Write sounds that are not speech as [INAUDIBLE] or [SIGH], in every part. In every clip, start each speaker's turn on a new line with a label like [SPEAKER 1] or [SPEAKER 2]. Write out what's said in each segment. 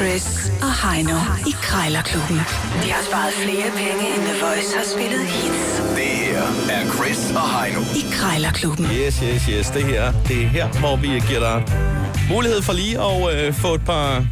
[SPEAKER 1] Chris og Heino i Krejlerklubben. De har sparet flere penge, end The Voice har spillet hits
[SPEAKER 2] Det her er Chris og Heino.
[SPEAKER 1] i Krejlerklubben.
[SPEAKER 3] Yes, yes, yes. Det her, det er her, hvor vi giver dig mulighed for lige at øh, få et par,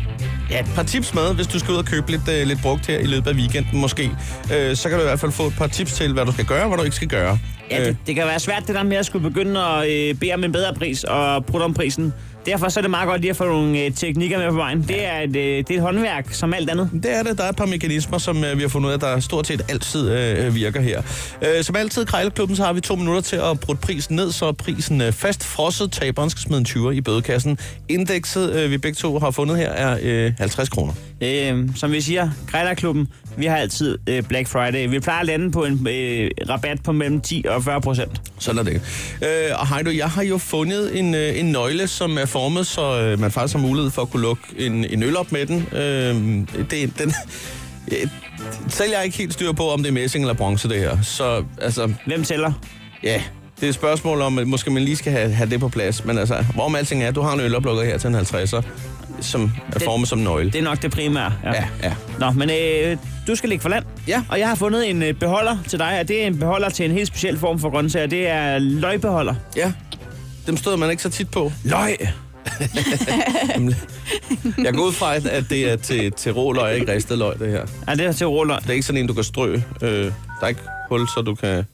[SPEAKER 3] ja, et par tips med, hvis du skal ud og købe lidt, øh, lidt brugt her i løbet af weekenden måske. Øh, så kan du i hvert fald få et par tips til, hvad du skal gøre og hvad du ikke skal gøre. Øh,
[SPEAKER 4] Ja, det, det kan være svært det der med at skulle begynde at øh, bede om en bedre pris og prutte om prisen. Derfor så er det meget godt lige at få nogle øh, teknikker med på vejen. Det er, et, øh, det er et håndværk som alt andet.
[SPEAKER 3] Det er det. Der er et par mekanismer, som øh, vi har fundet ud af, der stort set altid øh, virker her. Øh, som altid i Krejlerklubben, så har vi to minutter til at bruge prisen ned, så er prisen øh, fast frosset. Taberen skal smide en 20 i bødekassen. Indekset, øh, vi begge to har fundet her, er øh, 50 kroner.
[SPEAKER 4] Øh, som vi siger, Grejlerklubben, vi har altid øh, Black Friday. Vi plejer at lande på en øh, rabat på mellem 10 og 40 procent.
[SPEAKER 3] Sådan er det. Øh, og Heido, jeg har jo fundet en, øh, en nøgle, som er formet, så øh, man faktisk har mulighed for at kunne lukke en, en øl op med den. Øh, det, den øh, selv jeg er ikke helt styr på, om det er messing eller bronze, det her. Så altså,
[SPEAKER 4] Hvem tæller?
[SPEAKER 3] ja, det er et spørgsmål om, at måske man lige skal have, have det på plads. Men altså, hvorom alting er, du har en øloplukker her til en 50'er, som er
[SPEAKER 4] Det-
[SPEAKER 3] formet som en nøgle.
[SPEAKER 4] Det er nok det primære.
[SPEAKER 3] Ja, ja.
[SPEAKER 4] Nå, men øh, du skal ligge for land.
[SPEAKER 3] Ja.
[SPEAKER 4] Og jeg har fundet en øh, beholder til dig, og det er en beholder til en helt speciel form for grøntsager. Det er løgbeholder.
[SPEAKER 3] Ja, dem stod man ikke så tit på. Løg! jeg går ud fra, at- at det er til, til rå løg, ikke ristet løg, det her.
[SPEAKER 4] Ja, det er til råløg.
[SPEAKER 3] Det er ikke sådan en, du kan strø. Øh, der er ikke hul, så du kan...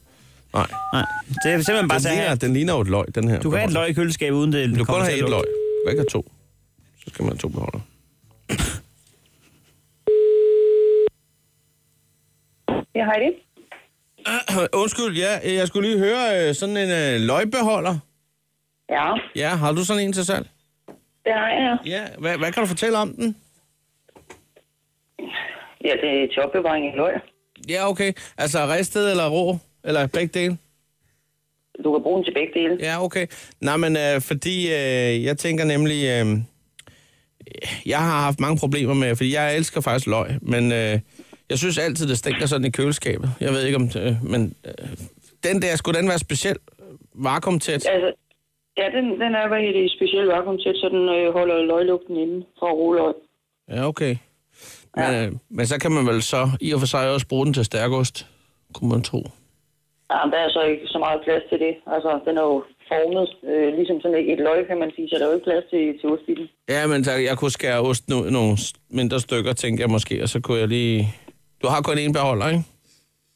[SPEAKER 3] Nej.
[SPEAKER 4] Nej, det er simpelthen bare
[SPEAKER 3] Den
[SPEAKER 4] så
[SPEAKER 3] ligner,
[SPEAKER 4] her.
[SPEAKER 3] den ligner jo et løg, den her.
[SPEAKER 4] Du kan have et løg i køleskabet, uden det
[SPEAKER 3] Du kan
[SPEAKER 4] kommer
[SPEAKER 3] kun
[SPEAKER 4] til
[SPEAKER 3] have
[SPEAKER 4] at
[SPEAKER 3] et
[SPEAKER 4] lugte.
[SPEAKER 3] løg. Du kan ikke have to. Så skal man have to beholder.
[SPEAKER 5] Ja, Heidi.
[SPEAKER 3] [CLEARS THROAT] Undskyld, ja, jeg skulle lige høre øh, sådan en øh, løgbeholder.
[SPEAKER 5] Ja,
[SPEAKER 3] Ja, har du sådan en til salg?
[SPEAKER 5] det har jeg.
[SPEAKER 3] Ja, hvad, hvad kan du fortælle om den?
[SPEAKER 5] Ja, det er til opbevaring i løg.
[SPEAKER 3] Ja, okay. Altså ristet eller rå? Eller begge dele?
[SPEAKER 5] Du kan bruge den til begge dele.
[SPEAKER 3] Ja, okay. Nej, men øh, fordi øh, jeg tænker nemlig, øh, jeg har haft mange problemer med, fordi jeg elsker faktisk løg, men øh, jeg synes altid, det stinker sådan i køleskabet. Jeg ved ikke om, det, øh, men øh, den der, skulle den være speciel vakuumtæt?
[SPEAKER 5] Altså, ja, den, den er bare helt i speciel vakuum til, så den øh, holder løglugten inde for at rulle løg.
[SPEAKER 3] Ja, okay. Men, øh, men så kan man vel så i og for sig også bruge den til stærkost, kunne man tro.
[SPEAKER 5] Ja, men der er så ikke så meget plads til det. Altså, den er jo formet øh, ligesom sådan et, et løg, kan man sige, så der er jo ikke plads til, til ost i den.
[SPEAKER 3] Ja, men så, jeg kunne skære osten ud i nogle s- mindre stykker, tænkte jeg måske, og så kunne jeg lige... Du har kun én beholder, ikke?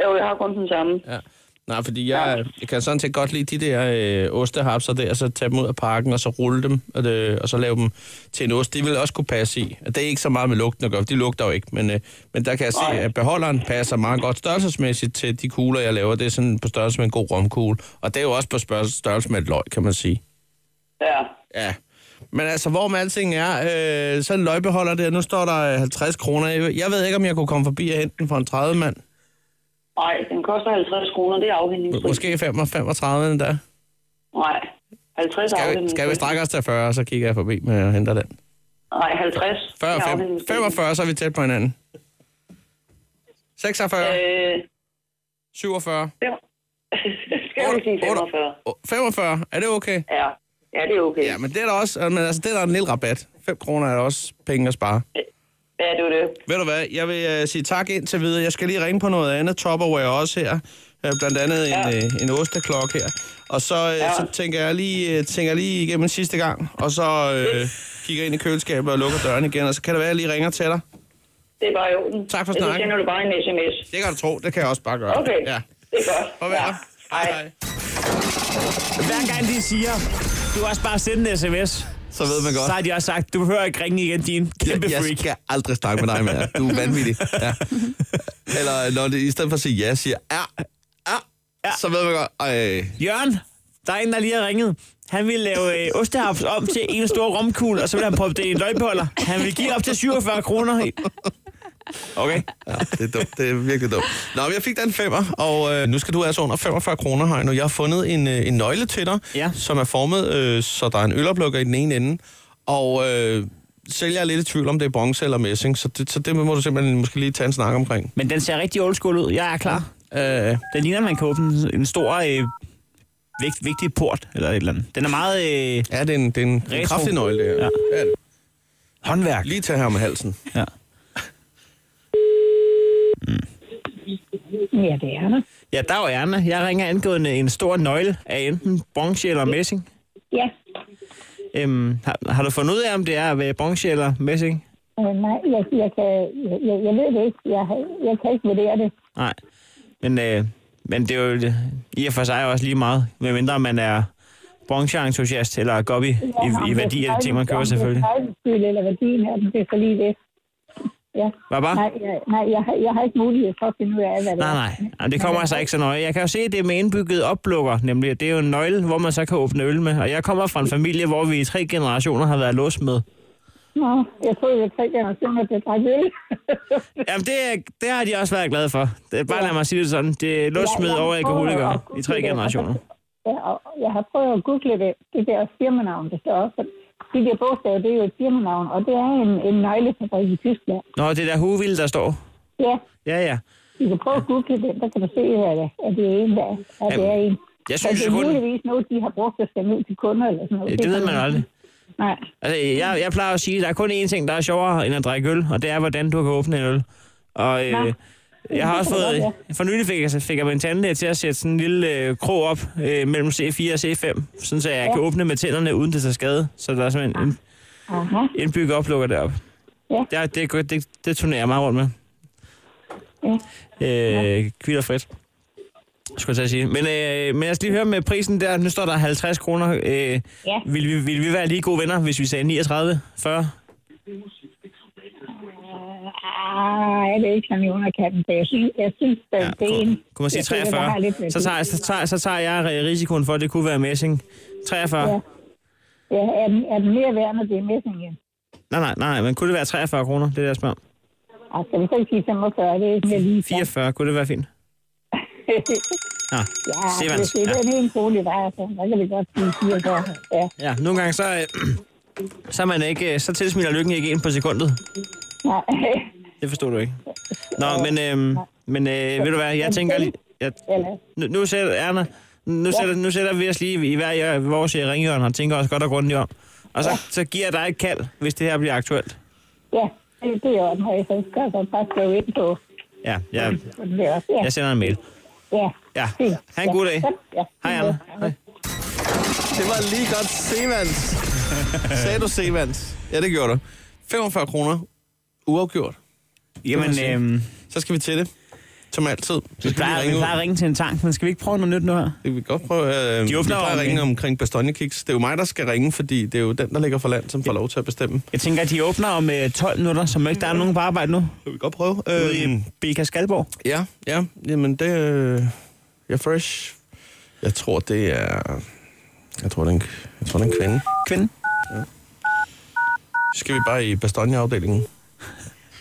[SPEAKER 5] Jo, jeg har kun den samme.
[SPEAKER 3] Ja. Nej, fordi jeg, jeg kan sådan set godt lide de der øh, ostehapser der, så tage dem ud af pakken, og så rulle dem, og, det, og så lave dem til en ost. Det vil også kunne passe i. Og det er ikke så meget med lugten at gøre, for de lugter jo ikke. Men, øh, men der kan jeg se,
[SPEAKER 5] Nej.
[SPEAKER 3] at beholderen passer meget godt størrelsesmæssigt til de kugler, jeg laver. Det er sådan på størrelse med en god romkugle. Og det er jo også på spørg- størrelse med et løg, kan man sige.
[SPEAKER 5] Ja,
[SPEAKER 3] Ja. Men altså, hvor med alting er, øh, så er en løgbeholder der. Nu står der øh, 50 kroner. Jeg jeg ved ikke, om jeg kunne komme forbi og hente den for en 30 mand.
[SPEAKER 5] nej, den koster 50 kroner, det er afhængigpris.
[SPEAKER 3] Måske 5 35 endda.
[SPEAKER 5] Nej, 50
[SPEAKER 3] Skal vi,
[SPEAKER 5] afhængigpris.
[SPEAKER 3] skal vi strække os til 40, og så kigger jeg forbi med og henter den.
[SPEAKER 5] Nej, 50.
[SPEAKER 3] 40
[SPEAKER 5] det er
[SPEAKER 3] og fem-
[SPEAKER 5] afhængigpris.
[SPEAKER 3] 45, så er vi tæt på hinanden. 46,
[SPEAKER 5] Øh,
[SPEAKER 3] 47,
[SPEAKER 5] fem- [LAUGHS] skal vi sige 45?
[SPEAKER 3] 45, er det okay?
[SPEAKER 5] Ja, ja det er okay.
[SPEAKER 3] Ja, men det er der også, men altså, det er der en lille rabat. 5 kroner er der også penge at spare.
[SPEAKER 5] Ja, det er det.
[SPEAKER 3] Ved du hvad, jeg vil uh, sige tak indtil videre. Jeg skal lige ringe på noget andet. Topperware også her. Uh, blandt andet en,
[SPEAKER 5] Ja.
[SPEAKER 3] uh, en osteklok her. Og så, uh,
[SPEAKER 5] Ja.
[SPEAKER 3] så tænker jeg lige, uh, tænker jeg lige igennem en sidste gang, og så uh, kigger ind i køleskabet og lukker døren igen, og så kan det være, at jeg lige ringer til dig.
[SPEAKER 5] Det er bare i orden.
[SPEAKER 3] Tak for
[SPEAKER 5] Så
[SPEAKER 3] snakken.
[SPEAKER 5] sender du bare en sms.
[SPEAKER 3] Det kan du tro, det kan jeg også bare gøre.
[SPEAKER 5] Okay,
[SPEAKER 3] Ja.
[SPEAKER 5] det er godt.
[SPEAKER 3] Farvel. Ja. Hej. hej.
[SPEAKER 4] Hver gang de siger, du kan også bare sende en sms,
[SPEAKER 3] Så ved man godt.
[SPEAKER 4] så har de også sagt, du behøver ikke ringe igen, din kæmpe
[SPEAKER 3] Jeg, jeg
[SPEAKER 4] freak.
[SPEAKER 3] skal aldrig snakke med dig mere. Du er vanvittig. Ja. Eller når det i stedet for at sige ja, siger ja, ja, ja. så ved man godt, ej,
[SPEAKER 4] Jørgen, der er en, der lige har ringet. Han vil lave øh, ostehaps om til en stor romkugle, og så vil han proppe det i en løgbeholder. Han vil give op til 47 kroner. i- Okay.
[SPEAKER 3] ja, det er dumt. Det er virkelig dumt. Nå, men jeg fik da en femmer, og øh, nu skal du altså under 45 kroner, Heino. Jeg har fundet en, øh, en nøgle til dig,
[SPEAKER 4] Ja.
[SPEAKER 3] som er formet, øh, så der er en øloplukker i den ene ende, og øh, selv jeg er lidt i tvivl om, det er bronze eller messing, så det, så det må du simpelthen måske lige tage en snak omkring.
[SPEAKER 4] Men den ser rigtig old school ud. Jeg er klar.
[SPEAKER 3] Øh,
[SPEAKER 4] Den ligner, man kan åbne en stor, øh, vigt, vigtig port, eller et eller andet. Den er meget... Øh,
[SPEAKER 3] Ja, det er en, det er en, en
[SPEAKER 4] Retro.
[SPEAKER 3] kraftig nøgle, det her.
[SPEAKER 4] Ja.
[SPEAKER 3] Det er det.
[SPEAKER 4] Håndværk.
[SPEAKER 3] Lige tage ham i halsen.
[SPEAKER 4] Ja.
[SPEAKER 6] Mm. Ja, det er der.
[SPEAKER 4] ja, der var Erna. Jeg ringer angående en stor nøgle af enten bronze eller messing.
[SPEAKER 6] Ja.
[SPEAKER 4] Øhm, har, har, du fundet ud af, om det er ved bronze eller messing?
[SPEAKER 6] Øh, nej, jeg, jeg, kan, jeg, jeg- jeg ved det ikke. Jeg, jeg kan ikke vurdere det.
[SPEAKER 4] Nej. Men, øh, men det er jo øh, i og for sig også lige meget, medmindre man er bronzeentusiast eller går op i,
[SPEAKER 6] Ja, om
[SPEAKER 4] i, i
[SPEAKER 6] det er
[SPEAKER 4] værdi af de ting, man køber
[SPEAKER 6] fejl-
[SPEAKER 4] selvfølgelig.
[SPEAKER 6] Om det er fejl- eller værdien af dem, det er for lige det. Ja.
[SPEAKER 4] Hvad bare?
[SPEAKER 6] Nej, jeg, nej jeg, har- jeg har ikke mulighed for at finde ud af, hvad det
[SPEAKER 4] Nej,
[SPEAKER 6] er.
[SPEAKER 4] nej. Jamen, det kommer altså ikke så nøje. Jeg kan jo se, at det er med indbygget oplukker, nemlig. Det er jo en nøgle, hvor man så kan åbne øl med. Og jeg kommer fra en familie, hvor vi i tre generationer har været låst med.
[SPEAKER 6] Nå, jeg troede, jeg tre generationer blev drak øl.
[SPEAKER 4] Jamen, det, det har de også været glade for. Det, bare lad mig sige det sådan. Det er låsmed
[SPEAKER 6] Ja, jeg
[SPEAKER 4] over
[SPEAKER 6] har
[SPEAKER 4] alkoholikere
[SPEAKER 6] prøvet at
[SPEAKER 4] i tre
[SPEAKER 6] google det,
[SPEAKER 4] generationer.
[SPEAKER 6] og så- Ja, og jeg har prøvet at google det, det der firmanavn, der står også. De der bogstaver, det er jo et firmanavn, og det er en, en nøglefabrik i Tyskland.
[SPEAKER 4] Nå, det er der huvild, der står.
[SPEAKER 6] Ja,
[SPEAKER 4] Ja, ja.
[SPEAKER 6] du kan prøve at google det, der kan du se, at, det- at det er en, der at det er en.
[SPEAKER 4] Jeg
[SPEAKER 6] Og
[SPEAKER 4] synes
[SPEAKER 6] det
[SPEAKER 4] jo
[SPEAKER 6] er
[SPEAKER 4] kun...
[SPEAKER 6] muligvis noget, de har brugt at sende ud til kunder eller sådan noget.
[SPEAKER 4] Ja, det ved
[SPEAKER 6] kan
[SPEAKER 4] man aldrig.
[SPEAKER 6] Nej,
[SPEAKER 4] Altså, jeg, jeg plejer at sige, at der er kun én ting, der er sjovere end at drikke øl, og det er, hvordan du kan åbne en øl. Og øh,
[SPEAKER 6] Nå.
[SPEAKER 4] jeg har
[SPEAKER 6] Det
[SPEAKER 4] også
[SPEAKER 6] kan jeg
[SPEAKER 4] fået...
[SPEAKER 6] godt,
[SPEAKER 4] For nylig fik jeg, fik jeg min tandlæge til at sætte sådan en lille øh, krog op øh, mellem C4 og C5, sådan så jeg kan åbne med tænderne, uden det tager skade. Så der er simpelthen en
[SPEAKER 6] aha.
[SPEAKER 4] indbygget oplukker deroppe.
[SPEAKER 6] Ja.
[SPEAKER 4] Det, er- det, er godt- det, det turnerer jeg meget rundt med.
[SPEAKER 6] Ja.
[SPEAKER 4] Øh, kvitt og frit. Skulle jeg til at sige. Men, øh, men jeg skal lige høre med prisen der. Nu står der 50 kroner. Øh,
[SPEAKER 6] Ja.
[SPEAKER 4] vil, vi, vil vi være lige gode venner, hvis vi sagde 39, 40?
[SPEAKER 6] Ah, jeg ved ikke, om jeg underkatten, for jeg synes, jeg synes at ja, det er en...
[SPEAKER 4] kunne, kunne man sige
[SPEAKER 6] jeg føler, der har
[SPEAKER 4] 43?
[SPEAKER 6] lidt værdi.
[SPEAKER 4] så, tager, så, tager, så tager jeg øh, risikoen for, at det kunne være messing. 43?
[SPEAKER 6] Ja. Ja, er den, er den mere værd, når det er messing, ja?
[SPEAKER 4] Nej, nej, nej, men kunne det være 43 kroner? Det er det, jeg spørger om.
[SPEAKER 6] Og skal vi så ikke sige 45? Det er ikke mere lige.
[SPEAKER 4] 44, kunne det være fint? Nå,
[SPEAKER 6] [LAUGHS] ja,
[SPEAKER 4] se, man.
[SPEAKER 6] hvis det er den ene bolig, altså. der er, så så kan vi godt sige 44. Ja,
[SPEAKER 4] Ja, nogle gange så, øh, [CLEARS THROAT] så, er man ikke, øh, så tilsmiler lykken ikke ind på sekundet.
[SPEAKER 6] nej. [LAUGHS]
[SPEAKER 4] Det forstod du ikke. Nå, men, øhm, men øh, ved du hvad, jeg tænker lige... Jeg,
[SPEAKER 6] Eller,
[SPEAKER 4] nu, nu sætter, Erna, nu, sætter, nu sætter vi os lige i hver i vores øh, ringhjørne og tænker os godt og grundigt om. Og så, så giver jeg dig et kald, hvis det her bliver aktuelt.
[SPEAKER 6] ja, det, det er jo den her, så skal jeg godt bare skrive ind på
[SPEAKER 4] Ja, jeg,
[SPEAKER 6] på det også. Ja,
[SPEAKER 4] jeg sender en mail.
[SPEAKER 6] ja.
[SPEAKER 4] Ja,
[SPEAKER 6] fint.
[SPEAKER 4] ha' en god dag.
[SPEAKER 6] Ja,
[SPEAKER 4] Hej, Erna. Hej.
[SPEAKER 3] Det var lige godt Sevans. Sagde du Sevans? Ja, det gjorde du. 45 kroner. Uafgjort.
[SPEAKER 4] Jamen, øhm,
[SPEAKER 3] Så skal vi til det. Som altid. Så skal
[SPEAKER 4] vi plejer, vi
[SPEAKER 3] ud.
[SPEAKER 4] plejer at ringe til en tank, men skal vi ikke prøve noget nyt nu her?
[SPEAKER 3] Det vil vi godt prøve. Øh, vi
[SPEAKER 4] åbner
[SPEAKER 3] plejer at
[SPEAKER 4] om-
[SPEAKER 3] ringe omkring Bastogne Kiks. Det er jo mig, der skal ringe, fordi det er jo den, der ligger for land, som får lov til at bestemme.
[SPEAKER 4] Jeg tænker, at de åbner om øh, 12 minutter, så må ikke der er nogen på arbejde nu.
[SPEAKER 3] Det vil vi godt prøve. Øh,
[SPEAKER 4] Ude i BK Skalborg.
[SPEAKER 3] ja, ja. Jamen, det øh, jeg er fresh. Jeg tror, det er... Jeg tror, det er en, jeg tror, det er en kvinde.
[SPEAKER 4] Kvinde.
[SPEAKER 3] Så skal vi bare i Bastogne-afdelingen.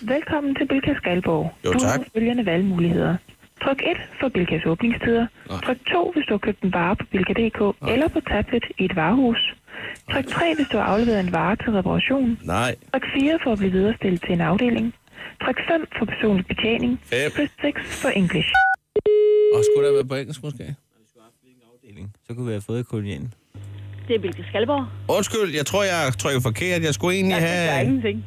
[SPEAKER 7] Velkommen til Bilka Skalborg.
[SPEAKER 3] Jo,
[SPEAKER 7] du
[SPEAKER 3] tak.
[SPEAKER 7] har nu følgende valgmuligheder. Tryk 1 for Bilkas åbningstider.
[SPEAKER 3] Nå.
[SPEAKER 7] Tryk 2, hvis du har købt en vare på Bilka.dk eller på tablet i et varehus. Tryk 3, hvis du har afleveret en vare til reparation.
[SPEAKER 3] Nej.
[SPEAKER 7] Tryk 4 for at blive viderestillet til en afdeling. Tryk 5 for personlig betjening.
[SPEAKER 3] Fem.
[SPEAKER 7] Tryk 6 for English.
[SPEAKER 3] Og skulle der være på engelsk, måske?
[SPEAKER 4] Så kunne vi have fået kolonien.
[SPEAKER 8] Det er Bilke Skalborg.
[SPEAKER 3] Undskyld, jeg tror, jeg trykker forkert. Jeg skulle egentlig
[SPEAKER 8] Der er
[SPEAKER 3] have...
[SPEAKER 8] ingenting.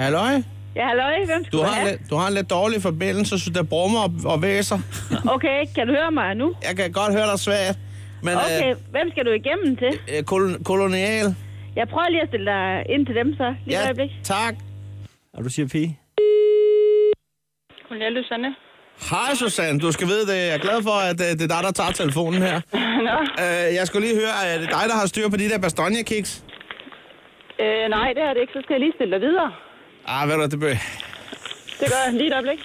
[SPEAKER 3] Halløj?
[SPEAKER 8] Ja, halløj, hvem skal
[SPEAKER 3] Du
[SPEAKER 8] du
[SPEAKER 3] har, en
[SPEAKER 8] have?
[SPEAKER 3] lidt, du har en lidt dårlig forbindelse, så der brummer og, og væser.
[SPEAKER 8] Okay, kan du høre mig nu?
[SPEAKER 3] Jeg kan godt høre dig svært. Men
[SPEAKER 8] Okay, hvem skal du igennem til?
[SPEAKER 3] øh, øh, kolon, kolonial...
[SPEAKER 8] Jeg prøver lige at stille dig ind til dem så, lige et øjeblik.
[SPEAKER 3] tak.
[SPEAKER 4] Og du siger pige?
[SPEAKER 7] Goddag, Susanne.
[SPEAKER 3] Hej, Susanne. Du skal vide det. Jeg er glad for, at øh, det er dig, der tager telefonen
[SPEAKER 8] [LAUGHS]
[SPEAKER 3] her. Øh, jeg skulle lige høre, er det dig, der har styr på de der Bastogne-kiks?
[SPEAKER 7] Øh, nej, det er det ikke. Så skal jeg lige stille dig videre.
[SPEAKER 3] Ah, ved du, det bør...
[SPEAKER 7] Det gør jeg lige et øjeblik.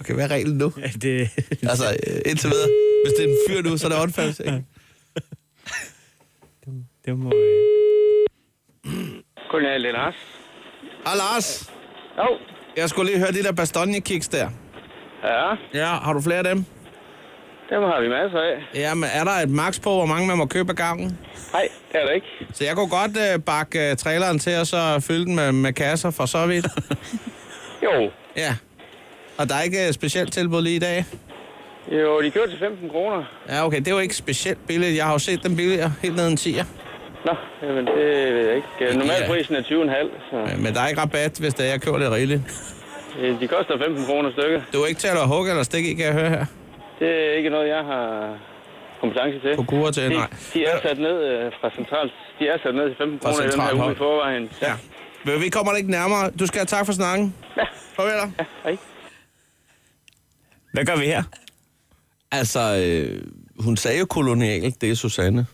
[SPEAKER 3] Okay, hvad er reglen nu?
[SPEAKER 4] Ja, det...
[SPEAKER 3] Altså, øh, indtil videre. Hvis det er en fyr nu, så er det åndfalds,
[SPEAKER 8] [LAUGHS]
[SPEAKER 3] ikke?
[SPEAKER 4] [LAUGHS] det må... Øh.
[SPEAKER 9] Goddag, det er Lars.
[SPEAKER 3] Ah, Lars.
[SPEAKER 9] Jo.
[SPEAKER 3] Jeg skulle lige høre de der Bastogne-kiks der.
[SPEAKER 9] Ja,
[SPEAKER 3] Ja, har du flere af dem?
[SPEAKER 9] dem har vi masser af.
[SPEAKER 3] Jamen, er der et maks på, hvor mange man må købe af gangen?
[SPEAKER 9] Nej, det er der ikke.
[SPEAKER 3] Så jeg kunne godt øh, bakke øh, traileren til, og så fylde den med, med kasser for så vidt.
[SPEAKER 9] Jo.
[SPEAKER 3] ja. Og der er ikke øh, specielt tilbud lige i dag?
[SPEAKER 9] Jo, de kører til 15 kroner.
[SPEAKER 3] Ja, okay, det er jo ikke specielt billigt. Jeg har jo set den billigere, helt ned en 10'er.
[SPEAKER 9] Nå, jamen det ved jeg ikke. Øh, Normalt
[SPEAKER 3] Ja.
[SPEAKER 9] prisen er 20,5, så
[SPEAKER 3] Øh, Men der er ikke rabat, hvis det er, jeg køber lidt rigeligt.
[SPEAKER 9] øh, de koster 15 kroner stykket.
[SPEAKER 3] Du er ikke til at hugge eller stikke i, kan jeg høre her.
[SPEAKER 9] Det er ikke noget, jeg har kompetence til.
[SPEAKER 3] På gode til, nej.
[SPEAKER 9] De, de er sat ned øh, fra centralt. De er sat ned til 15
[SPEAKER 3] Fra
[SPEAKER 9] kroner i den
[SPEAKER 3] centralt
[SPEAKER 9] her uge
[SPEAKER 3] hold.
[SPEAKER 9] i forvejen. Ja.
[SPEAKER 3] Ja. Men vi kommer ikke nærmere. Du skal have tak for snakken. Ja. Farvel dig.
[SPEAKER 9] Hej.
[SPEAKER 4] Hvad gør vi her?
[SPEAKER 3] Altså, øh, hun sagde jo kolonial, det er Susanne.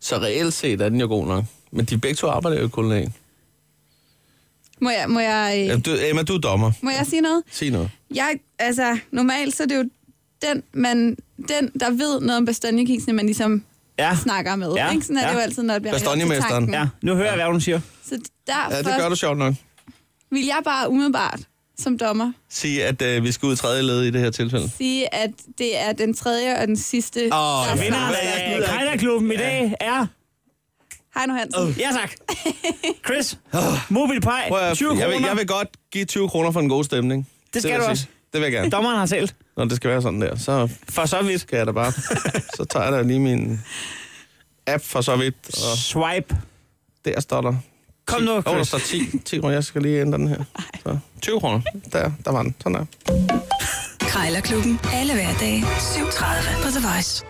[SPEAKER 3] Så reelt set er den jo god nok. Men de begge to arbejder jo i kolonial.
[SPEAKER 10] Må jeg, må jeg,
[SPEAKER 3] Ja,
[SPEAKER 10] øh,
[SPEAKER 3] du, Emma, du er dommer.
[SPEAKER 10] må jeg sige noget?
[SPEAKER 3] Sig
[SPEAKER 4] [LAUGHS]
[SPEAKER 3] noget.
[SPEAKER 10] Jeg, altså, normalt så er det jo den, man, den der ved noget om bastanjekiksen, man ligesom
[SPEAKER 4] Ja.
[SPEAKER 10] snakker med.
[SPEAKER 4] Ja,
[SPEAKER 10] Ja, ikke? Sådan er
[SPEAKER 4] ja.
[SPEAKER 10] det jo altid, når det bliver reelt til
[SPEAKER 3] Bastanjemesteren.
[SPEAKER 10] tanken.
[SPEAKER 4] Ja, nu hører jeg, hvad hun siger.
[SPEAKER 10] Så derfor
[SPEAKER 3] Ja, det gør du sjovt nok.
[SPEAKER 10] vil jeg bare umiddelbart som dommer
[SPEAKER 3] Sige, at øh, vi skal ud i tredje led i det her tilfælde.
[SPEAKER 10] sige, at det er den tredje og den sidste.
[SPEAKER 3] Åh,
[SPEAKER 10] der
[SPEAKER 3] ja.
[SPEAKER 10] snakker.
[SPEAKER 4] Vinderen af Krejlerklubben i dag er...
[SPEAKER 10] Hej nu, Hansen.
[SPEAKER 4] Ja
[SPEAKER 10] [LAUGHS]
[SPEAKER 4] tak. Chris, Mobile
[SPEAKER 3] Prøv
[SPEAKER 4] Pie,
[SPEAKER 3] at,
[SPEAKER 4] 20
[SPEAKER 3] jeg, vil, jeg
[SPEAKER 4] kroner.
[SPEAKER 3] vil godt give 20 kroner for en god stemning.
[SPEAKER 4] Det
[SPEAKER 3] vil
[SPEAKER 4] skal
[SPEAKER 3] jeg
[SPEAKER 4] du
[SPEAKER 3] sige.
[SPEAKER 4] også.
[SPEAKER 3] Det vil jeg gerne.
[SPEAKER 4] Dommeren har talt.
[SPEAKER 3] Når det skal være sådan der, så
[SPEAKER 4] For så vidt.
[SPEAKER 3] kan jeg da
[SPEAKER 4] [LAUGHS]
[SPEAKER 3] bare... så tager jeg da lige min app for så vidt, og
[SPEAKER 4] Swipe.
[SPEAKER 3] der står der
[SPEAKER 4] Kom nu,
[SPEAKER 3] Åh, oh, der
[SPEAKER 4] Chris.
[SPEAKER 3] står 10. 10 kroner. Jeg skal lige ændre den her. Så 20 kroner. Der, der var den. Sådan der.
[SPEAKER 1] Krejlerklubben. Alle hverdage. 7.30 på The Voice.